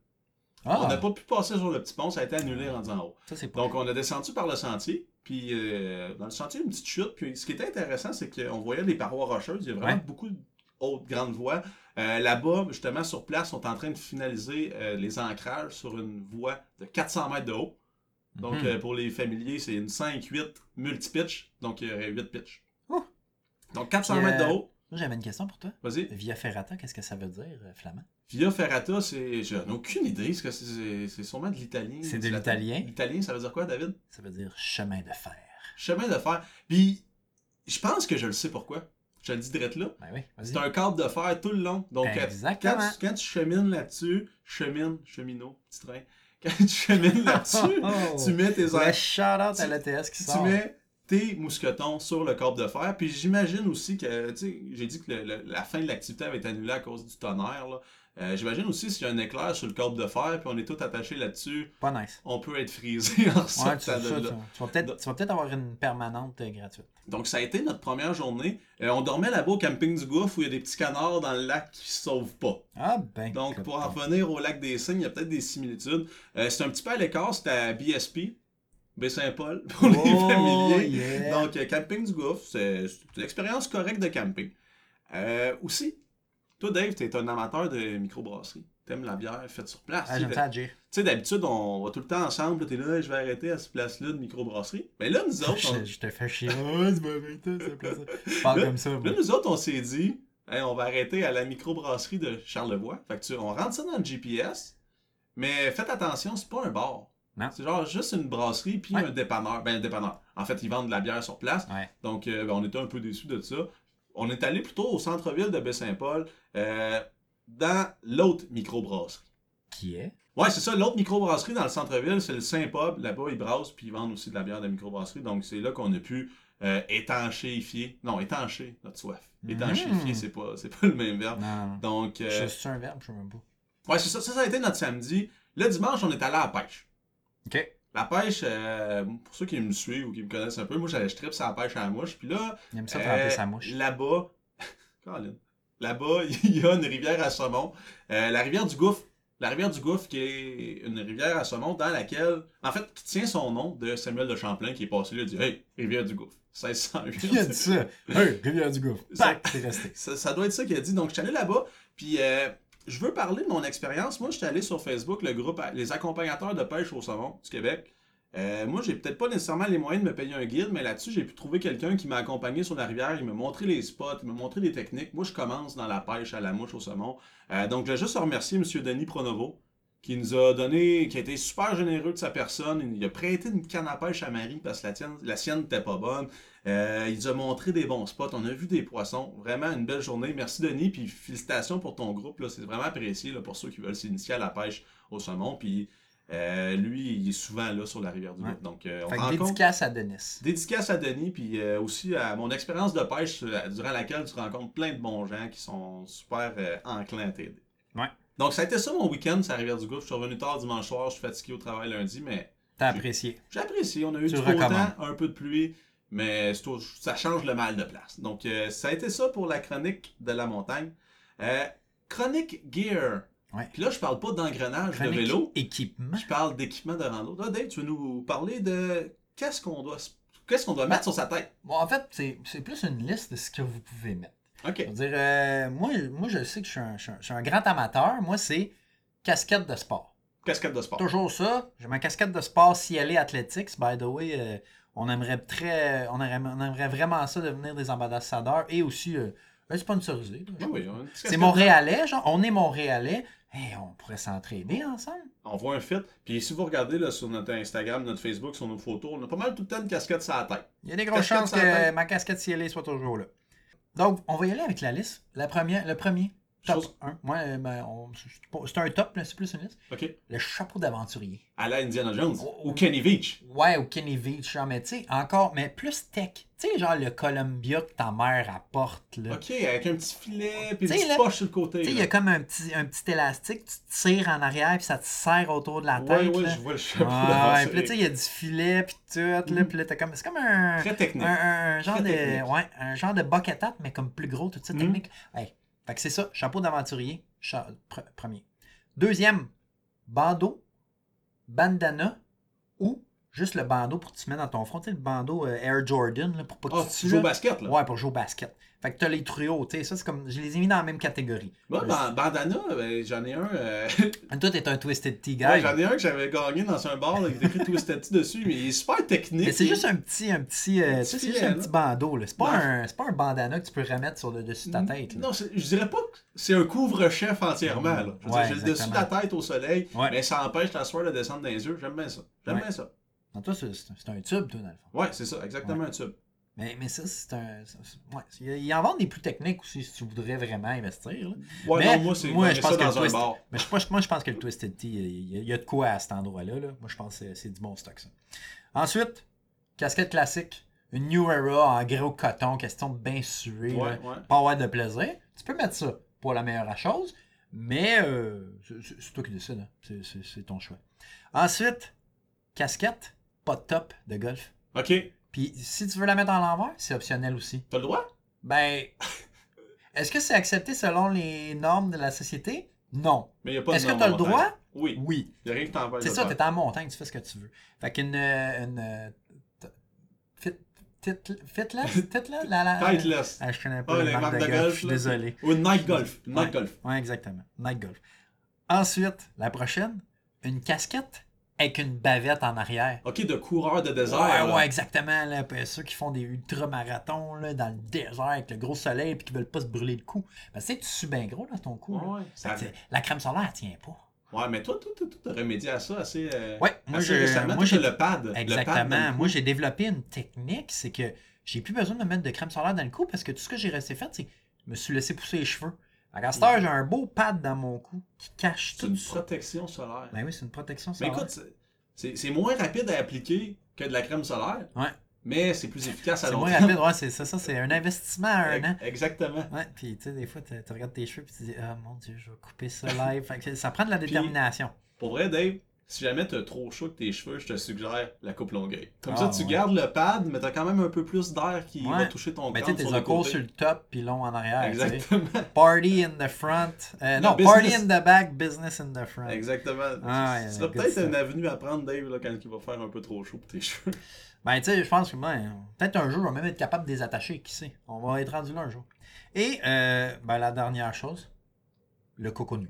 Ah,
On n'a pas pu passer sur le petit pont, ça a été annulé rendu en haut.
ça c'est pas.
Donc, on a descendu par le sentier, puis euh, dans le sentier, une petite chute. Puis, ce qui était intéressant, c'est qu'on voyait les parois rocheuses. Il y a vraiment
Ouais.
beaucoup d'autres grandes voies. Euh, Là-bas, justement, sur place, sont en train de finaliser euh, les ancrages sur une voie de 400 mètres de haut. Donc,
Mhm.
euh, pour les familiers, c'est une 5-8 multi-pitch. Donc, il y aurait 8 pitches.
Ouh.
Donc, 400
Puis,
mètres de
euh,
haut.
Moi, J'avais une question pour toi.
Vas-y.
Via Ferrata, qu'est-ce que ça veut dire, euh, Flamand?
Via Ferrata, c'est. J'en ai aucune idée. ce que c'est- C'est c'est sûrement de l'italien.
C'est
ou
de
du latin.
l'italien.
L'italien, ça veut dire quoi, David
Ça veut dire chemin de fer.
Chemin de fer. Puis, je pense que je le sais pourquoi. Je le dis direct là.
Ben oui, vas-y.
C'est un câble de fer tout le long. Donc, euh, quand,
Exactement.
tu, quand tu chemines là-dessus, chemine, cheminot, petit train. Quand tu chemines là-dessus, tu mets tes
Oh, Ouais,
en-
shout out à
tu-
l'ETS qui
tu
sort.
mets tes mousquetons sur le câble de fer. Puis j'imagine aussi que, tu sais, j'ai dit que le- le- la fin de l'activité avait été annulée à cause du tonnerre. là. Euh, J'imagine aussi s'il y a un éclair sur le câble de fer, puis on est tous attachés là-dessus,
Pas nice.
on peut être frisé en
Ouais,
sortant
tu, ça,
de
tu,
là.
tu vas peut-être tu vas peut-être avoir une permanente euh, gratuite.
Donc, ça a été notre première journée. Euh, on dormait là-bas au camping du Gouffre où il y a des petits canards dans le lac qui se sauvent pas.
Ah ben.
Donc,
écoute,
pour en revenir au lac des Cygnes, il y a peut-être des similitudes. Euh, c'est un petit peu à l'écart, c'était à BSP, Baie-Saint-Paul, pour les
Oh,
familiers.
yeah.
Donc, euh, camping du Gouffre, c'est c'est une expérience correcte de camping. Euh, aussi, toi, Dave, t'es un amateur de microbrasserie. T'aimes la bière faite sur place.
Ah,
Tu
j'aime
sais,
ça, Jay.
tu sais, d'habitude, on va tout le temps ensemble. là, T'es là, je vais arrêter à cette place-là de microbrasserie. Mais là, nous autres, on-
Ah, Je, je te fais chier. Ah, tu m'as arrêté, c'est pas ça. Je parle
Là-
comme ça.
Là,
moi.
nous autres, on s'est dit, Hey, on va arrêter à la microbrasserie de Charlevoix. Fait que tu- on rentre ça dans le GPS, mais faites attention, c'est pas un bar.
Non.
C'est genre juste une brasserie puis
Ouais.
un dépanneur. Ben, un dépanneur. En fait, ils vendent de la bière sur place.
Ouais.
Donc, euh, ben, on était un peu déçus de ça. On est allé plutôt au centre-ville de Baie-Saint-Paul, euh, dans l'autre microbrasserie.
Qui est
Ouais, c'est ça. L'autre microbrasserie dans le centre-ville, c'est le Saint-Pub. Là-bas, ils brassent puis ils vendent aussi de la bière de microbrasserie. Donc, c'est là qu'on a pu euh, étanchéifier. Non, étancher notre soif.
Mhm.
Étanchéifier, c'est pas, c'est pas le même verbe.
Non.
Donc, euh,
Je suis un verbe, je sais même pas.
ouais, c'est ça. Ça, ça a été notre samedi. Le dimanche, on est allé à la pêche.
Ok.
La pêche, euh, pour ceux qui me suivent ou qui me connaissent un peu, moi, j'avais strip à la pêche à la mouche. Puis là,
Il aime ça
euh,
tremper sa mouche.
là-bas, Colin, là-bas, il y a une rivière à saumon, euh, la rivière du Gouffre. La rivière du Gouffre, qui est une rivière à saumon dans laquelle, en fait, qui tient son nom de Samuel de Champlain, qui est passé là et dit Hey, rivière du Gouffre,
Qui a dit
1608.
ça Hey, Rivière du Gouffre.
Ça-
Pac, c'est resté.
ça, ça doit être ça qu'il a dit. Donc, je suis allé là-bas, puis euh, je veux parler de mon expérience. Moi, je suis allé sur Facebook, le groupe à- Les accompagnateurs de pêche au saumon du Québec. Euh, moi, j'ai peut-être pas nécessairement les moyens de me payer un guide, mais là-dessus, j'ai pu trouver quelqu'un qui m'a accompagné sur la rivière. Il m'a montré les spots, il m'a montré les techniques. Moi, je commence dans la pêche à la mouche au saumon. Euh, donc, je veux juste remercier M. Denis Pronovo, qui nous a donné, qui a été super généreux de sa personne. Il a prêté une canne à pêche à Marie parce que la, tienne, la sienne n'était pas bonne. Euh, il nous a montré des bons spots. On a vu des poissons. Vraiment une belle journée. Merci, Denis. Puis félicitations pour ton groupe. là. C'est vraiment apprécié là, pour ceux qui veulent s'initier à la pêche au saumon. Puis euh, lui, il est souvent là sur la rivière du
Ouais.
Loup. Donc, euh, on
Fait que
rencontre.
dédicace à Denis.
Dédicace à Denis, puis euh, aussi à mon expérience de pêche euh, durant laquelle tu rencontres plein de bons gens qui sont super euh, enclins à t'aider.
Ouais.
Donc, ça a été ça mon week-end, ça rivière du gouffre. Je suis revenu tard dimanche soir, je suis fatigué au travail lundi, mais
T'as apprécié.
j'ai apprécié. On a eu
Tu
du
le
beau temps,
recommandes.
un peu de pluie, mais c'est au- ça change le mal de place. Donc, euh, ça a été ça pour la chronique de la montagne. Euh, chronique gear.
Ouais.
Puis là, je parle pas d'engrenage de
Chronique
vélo,
Équipement.
je parle d'équipement de rando. Là, Dave, tu veux nous parler de qu'est-ce qu'on doit, se- qu'est-ce qu'on doit mettre sur sa tête?
Bon, en fait, c'est c'est plus une liste de ce que vous pouvez mettre.
OK.
Je veux dire, euh, moi, moi, je sais que je suis un, je suis un- je suis un grand amateur. Moi, c'est casquette de sport.
Cascade de sport.
Toujours ça. J'ai ma casquette de sport CLA Athletics. By the way, euh, on, aimerait très, on, aimerait, on aimerait vraiment ça devenir des ambassadeurs et aussi euh, Ben, sponsorisé. là.
Oui, Ah oui, on a une petite
C'est
casquette.
montréalais, genre. On est montréalais. Hey, on pourrait s'entraider ensemble.
On voit un fit. Puis si vous regardez là, sur notre Instagram, notre Facebook, sur nos photos, on a pas mal tout le temps une casquette sur la tête.
Il y a des grosses
Casquette
chances
sur la
que
tête.
ma casquette cielée soit toujours là. Donc, on va y aller avec la liste. La première, le premier, top
Chose-
1. Moi, euh, ben, on- c'est pas- c'est un top, mais c'est plus une liste.
OK.
Le chapeau d'aventurier.
À la Indiana Jones
Oh,
ou
oui.
Kenny Beach.
Ouais, au Kenny Beach, genre, mais tu sais, encore, mais plus tech. Tu sais, genre le Columbia que ta mère apporte, là.
OK, avec un petit filet
Tu
puis une
sais,
petite
là,
poche sur le côté.
Tu sais, il y
là.
a comme un petit, un petit élastique, tu tires en arrière, puis ça te serre autour de la
Ouais,
tête,
ouais,
là.
je vois le chapeau
Ah, ouais, puis là, tu sais,
d'aventurier.
il y a du filet, puis tout, là,
Mhm.
puis là, t'as comme... C'est comme un...
Très technique.
un, un genre
Très
de
technique.
ouais, un genre de bucket hat mais comme plus gros toute cette
Mhm.
technique Hey, fait que c'est ça chapeau d'aventurier cha- pre- premier deuxième bandeau bandana ou juste le bandeau pour que tu te mets dans ton front tu sais le bandeau euh, Air Jordan là, pour pas que
Ah,
oh, tu te
tu
tues,
joues au
là.
basket, là.
ouais pour jouer au basket fait que t'as les truots tu sais ça c'est comme je les ai mis dans la même catégorie
Moi,
Le-
ban- bandana, ben, j'en ai un. euh,
toi t'es un twisted tea guy
ouais, j'en ai un que j'avais gagné dans un bar, là, qui était écrit Twisted Tea dessus, mais il est super technique.
mais c'est juste un petit, un petit, euh, tu
Un petit
sais, c'est juste
filet,
un
là.
petit bandeau. là. C'est pas,
Ouais.
un- c'est pas un bandana que tu peux remettre sur le dessus de ta tête. là.
Non, c'est- je dirais pas que c'est un couvre-chef entièrement. là. Je veux
Ouais,
dire, J'ai le dessus de la tête au soleil,
Ouais.
mais ça empêche la soirée de descendre dans les yeux. J'aime bien ça. J'aime
Ouais.
bien ça.
Non, toi, c'est c'est- c'est un tube, toi, dans le fond.
Ouais, c'est ça, exactement un tube.
Mais, mais ça, c'est un. c'est- c'est- Ouais. Il y a- Il y en vend des plus techniques aussi si tu voudrais vraiment investir. là.
Ouais,
Mais
non, moi, c'est
moi,
moi,
je
ça
pense que
dans
le
un
twist-
bar.
Mais je, moi, je- moi, je pense que le Twisted Tea, il y a- il y a de quoi à cet endroit-là. là. Moi, je pense que c'est- c'est du bon stock, ça. Ensuite, casquette classique. Une New Era en gros coton, question de bien suer.
Ouais,
là.
ouais.
Pas avoir de plaisir. Tu peux mettre ça pour la meilleure chose, mais euh, c'est- c'est c'est toi qui décides. hein. C'est- C'est c'est ton choix. Ensuite, casquette, pas de top de golf.
Ok,
Puis si tu veux la mettre en l'envers, c'est optionnel aussi.
t'as le droit?
Ben, est-ce que c'est accepté selon les normes de la société? Non.
Mais il a pas de
Est-ce que
norme
t'as le
en montagne.
droit?
Oui,
Oui.
il a rien qui t'empêche.
C'est
de
ça,
le
t'es en montagne, tu fais ce que tu veux. Fait qu'une. euh, une euh, t- fit- tit- Fitless? Titless? La- la-
faire. Tightless.
Ah, je connais
Ah,
pas les marques de golf, je suis
là.
désolé.
Ou une Nike Golf. Une Nike
Ouais.
Golf.
Ouais, exactement. Night golf. Ensuite, la prochaine, une casquette avec une bavette en arrière.
Ok, de coureur de désert.
Ouais,
là.
ouais, exactement. Là. Puis Ceux qui font des ultramarathons là, dans le désert avec le gros soleil et qui veulent pas se brûler le cou. Ben, tu sais, tu suis bien gros dans ton cou. là.
Ouais, ça-
Fait que, La crème solaire, elle tient pas.
ouais, mais toi, toi, toi, toi, t'as remédié à ça assez. euh,
Ouais, moi,
assez
je-
récemment.
moi,
Toi,
j'ai-
t'as le pad. le pad dans
Exactement.
le
Moi, j'ai développé une technique, c'est que j'ai plus besoin de me mettre de crème solaire dans le cou parce que tout ce que j'ai resté fait, c'est que je me suis laissé pousser les cheveux. À cette heure, j'ai un beau pad dans mon cou qui cache
C'est
tout
une
ça.
protection solaire.
Ben oui, c'est une protection
Mais
solaire.
écoute, c'est- c'est c'est moins rapide à appliquer que de la crème solaire,
Ouais.
mais c'est plus efficace à
c'est
long
moins
terme.
rapide. Ouais, c'est ça, ça, c'est un investissement à un an.
Exactement.
Ouais, puis tu sais, des fois, tu tu regardes tes cheveux puis tu dis Ah mon dieu, je vais couper ça live. Fait que ça prend de la détermination.
Pour vrai, Dave, si jamais t'as trop chaud que tes cheveux, je te suggère la coupe longueuil. Comme
Ah,
ça, tu
ouais.
gardes le pad, mais t'as quand même un peu plus d'air qui va
Ouais.
toucher ton
Mais tu sais,
crâne
t'es
sur le
un gros
côté.
sur le top puis long en arrière. tu sais.
Exactement.
Party in the front. Euh, non,
Non,
party in
business.
the back, business in the front.
Exactement.
Ah,
Ce
ouais,
serait
good
peut-être
stuff.
une avenue à prendre, Dave, là, quand il va faire un peu trop chaud pour tes cheveux.
Ben, tu sais, je pense que ben, peut-être un jour, on va même être capable de les attacher, qui sait. On va être rendu là un jour. Et euh, ben, la dernière chose, le coco nu.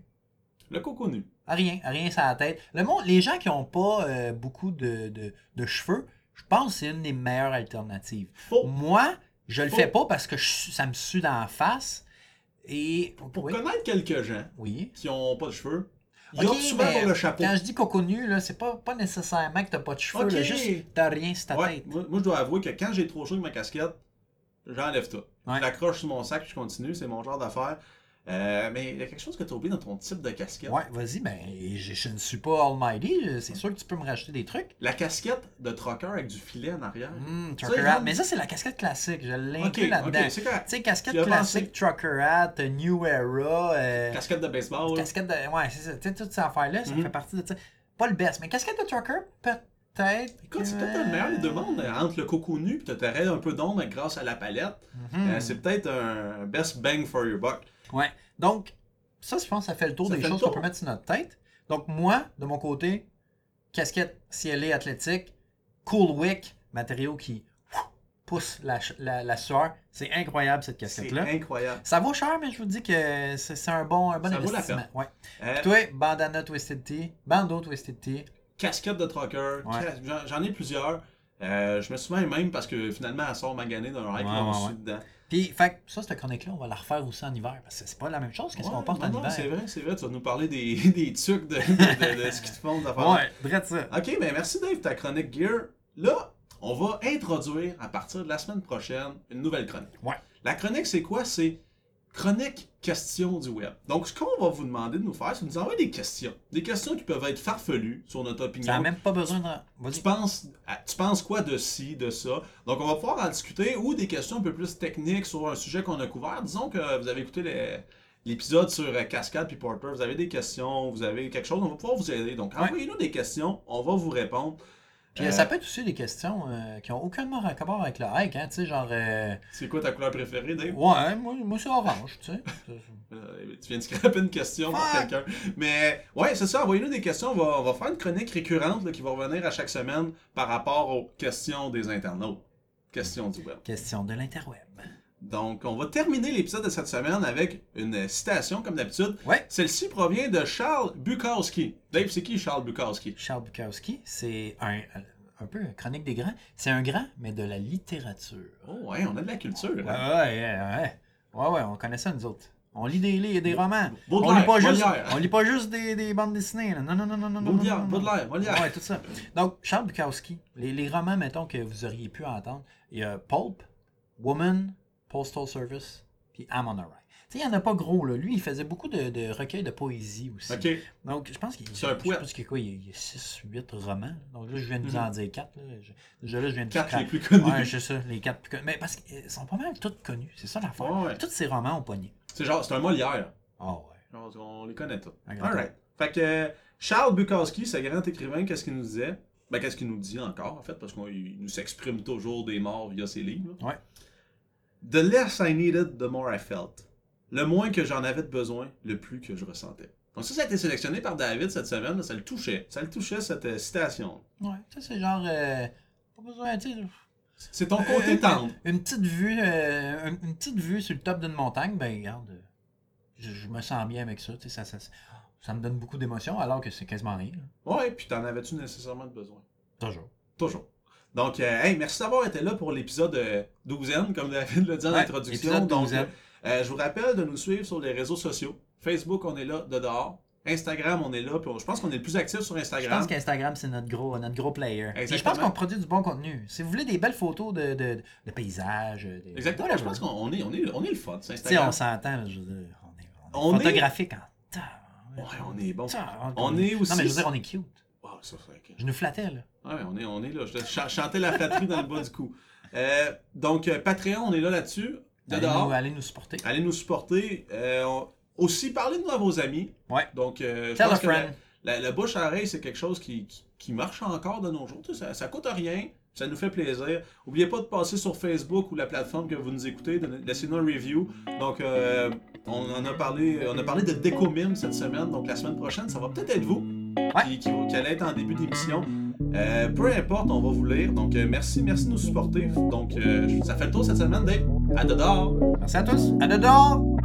Le coco nu.
À rien, à rien, ça la tête. Le monde, les gens qui n'ont pas euh, beaucoup de, de- de cheveux, je pense que c'est une des meilleures alternatives.
Faux.
Moi, je le
Faut-
fais pas parce que je su- ça me sue dans la face. Et.
Pour
oui.
connaître quelques gens
oui.
qui n'ont pas de cheveux, ils
Ok,
ont souvent
mais
pour le chapeau.
Quand je dis coco nu, là, c'est pas, pas nécessairement que t'as pas de cheveux,
Ok.
là, juste t'as rien sur ta
Ouais,
tête.
Moi, moi, je dois avouer que quand j'ai trop chaud avec ma casquette, j'enlève tout.
Ouais.
Je l'accroche sur mon sac puis je continue, c'est mon genre d'affaire. Euh, mais il y a quelque chose que tu as oublié dans ton type de casquette.
Ouais, vas-y, ben, je, je ne suis pas almighty, je- c'est sûr que tu peux me racheter des trucs.
La casquette de trocker avec du filet en arrière.
Hmm,
Ça,
trucker
il
hat.
vend-
Mais ça, c'est la casquette classique, je l'ai
Ok,
inclus là-dedans.
ok, c'est correct.
Tu sais, casquette
Tu as
classique, trucker hat, euh, new era, euh,
Casquette de baseball.
casquette de. Ouais, c'est ça. Tu sais, toutes ces affaires-là, ça
Mhm.
fait partie de ça. Pas le best, mais casquette de trucker, peut-être.
Écoute, c'est
que-
peut-être le meilleur des deux mondes. euh, Entre le coco nu et t'as ta raie un peu d'ombre grâce à la palette,
Mhm.
Euh, c'est peut-être un best bang for your buck.
Ouais. Donc, ça, je pense que ça fait le tour
Ça
des
fait le
choses qu'on
tour.
peut mettre sur notre tête. Donc, moi, de mon côté, casquette cielée athlétique, Cool Wick, matériau qui ouf, pousse la, ch- la, la sueur. C'est incroyable cette
C'est
casquette-là.
incroyable.
Ça vaut cher, mais je vous dis que c'est c'est un bon, un bon
Ça vaut la
investissement. ouais.
Euh,
Toi, bandana Twisted Tea, bandeau Twisted Tea.
casquette de trucker,
Ouais.
cas- j'en- j'en ai plusieurs. Euh, je me souviens même parce que finalement elle sort maganée d'un hike
Ouais,
là, on
ouais,
suit
ouais.
dedans.
Puis, fait que ça, cette chronique-là, on va la refaire aussi en hiver, parce que c'est pas la même chose que ce
Ouais,
qu'on porte en
non, non,
hiver.
C'est vrai, c'est vrai. Tu vas nous parler des, des trucs de, de, de- de ce qu'ils te font, des affaires.
Ouais, vrai de ça.
Ok, ben merci Dave, ta chronique Gear. Là, on va introduire à partir de la semaine prochaine une nouvelle chronique.
Ouais.
La chronique, c'est quoi C'est chronique question du web. Donc, ce qu'on va vous demander de nous faire, c'est de nous envoyer des questions. Des questions qui peuvent être farfelues sur notre
Ça n'a
opinion.
même pas besoin de.
Tu
Vas-y.
penses, à- tu penses quoi de ci, de ça? Donc, on va pouvoir en discuter ou des questions un peu plus techniques sur un sujet qu'on a couvert. Disons que vous avez écouté les- l'épisode sur euh, Cascade puis Porter, vous avez des questions, vous avez quelque chose, on va pouvoir vous aider. Donc,
Ouais.
envoyez-nous des questions, on va vous répondre.
Puis
Euh,
ça peut être aussi des questions euh, qui n'ont aucunement rapport avec le hike, hein, tu sais, genre. euh,
C'est quoi ta couleur préférée, Dave?
Ouais, moi, moi c'est orange, tu sais.
Euh, tu viens de scraper une question pour
Fuck!
quelqu'un. Mais ouais, c'est ça, envoyez-nous des questions. On va, on va faire une chronique récurrente là, qui va revenir à chaque semaine par rapport aux questions des internautes. Questions du web.
Question de l'interweb.
Donc, on va terminer l'épisode de cette semaine avec une citation, comme d'habitude.
Ouais.
Celle-ci provient de Charles Bukowski. Dave, c'est qui Charles Bukowski?
Charles Bukowski, c'est un, un peu une chronique des grands. C'est un grand, mais de la littérature.
Oh, ouais, on a de la culture.
Ouais, ouais,
hein.
ouais. Ouais, ouais, ouais, on connaît ça, nous autres. On lit des livres et des romans.
Baudelaire,
On lit pas juste,
Molière.
on lit pas juste des, des bandes dessinées. là. Non, non, non, non, non. non,
Baudelaire,
non, non.
Baudelaire, Molière.
Ouais, tout ça. Donc, Charles Bukowski, les, les romans, mettons, que vous auriez pu entendre, il y a Pulp, Woman, Postal Service, puis I'm on a Ride. Tu sais, il n'y en a pas gros, là. Lui, il faisait beaucoup de, de recueils de poésie aussi.
Ok,
Donc, je pense qu'il
C'est un poète. Mhm.
Je pense qu'il y a quoi, il y a 6, 8 romans. Donc là, je viens de vous en dire 4. Déjà là, je viens de
quatre
vous
les plus connus.
Ouais, c'est ça, les 4 plus connus. Mais parce qu'ils sont pas mal tous connus, c'est ça l'affaire.
Ouais, ouais.
Tous ces romans ont pogné.
C'est genre, c'est un Molière.
Ah ouais.
On, on les connaît tous.
Un grand
Alright. Fait que euh, Charles Bukowski, ce grand écrivain, qu'est-ce qu'il nous disait? Ben, qu'est-ce qu'il nous dit encore, en fait, parce qu'il nous s'exprime toujours des morts via ses livres. là.
Ouais.
The less I needed, the more I felt. Le moins que j'en avais de besoin, le plus que je ressentais. Donc ça, ça a été sélectionné par David cette semaine, là, ça le touchait. Ça le touchait, cette euh, citation.
Ouais, ça c'est genre. euh, pas besoin, tu sais.
C'est ton côté tendre.
Une petite vue, euh, une, une petite vue sur le top d'une montagne, ben regarde, euh, je, je me sens bien avec ça, tu sais, ça, ça, ça, ça me donne beaucoup d'émotions alors que c'est quasiment rien. là.
Ouais, puis t'en avais-tu nécessairement de besoin?
Toujours.
Toujours. Donc, euh, hey, merci d'avoir été là pour l'épisode euh, douzaine, comme David le dit en
Ouais,
introduction.
épisode
Donc,
douzaine.
euh, je vous rappelle de nous suivre sur les réseaux sociaux. Facebook, on est là, de dehors. Instagram, on est là. Puis on- je pense qu'on est le plus actif sur
Je
Instagram.
pense qu'Instagram, c'est notre gros, notre gros player. Et je
Exactement.
pense qu'on produit du bon contenu. Si vous voulez des belles photos de, de, de paysages, des,
Exactement,
whatever.
je pense qu'on on est, on est, on est le fun, c'est
Tu sais, on
Instagram.
s'entend, là, je veux dire, on est, on est
On est-
photographique en temps.
Ouais, on est bon.
Tain,
On est aussi-
Non, mais je veux dire, on est cute.
Wow, ça, c'est ok.
Je nous flattais, là.
Ouais, on est, on est là. Je ch- chantais la flatterie dans le bas du cou. Euh, donc, euh, Patreon, on est là là-dessus. De
Allez
dehors.
nous, allez nous supporter.
Allez nous supporter. Euh, on- Aussi, parlez-nous à vos amis.
Ouais.
Donc, euh, je
Tell a
pense que la-
friend.
La, la bouche à oreille, c'est quelque chose qui, qui, qui marche encore de nos jours. Tu sais, ça, ça coûte rien, ça nous fait plaisir. N'oubliez pas de passer sur Facebook ou la plateforme que vous nous écoutez, de laisser un review. Donc, euh, on en a parlé, on a parlé de Déco Mime cette semaine. Donc, la semaine prochaine, ça va peut-être être vous qui, qui, qui allez être en début d'émission. Euh, peu importe, on va vous lire. Donc, euh, merci, merci de nous supporter. Donc, euh, ça fait le tour cette semaine, Dave. À dehors!
Merci à tous. À dehors!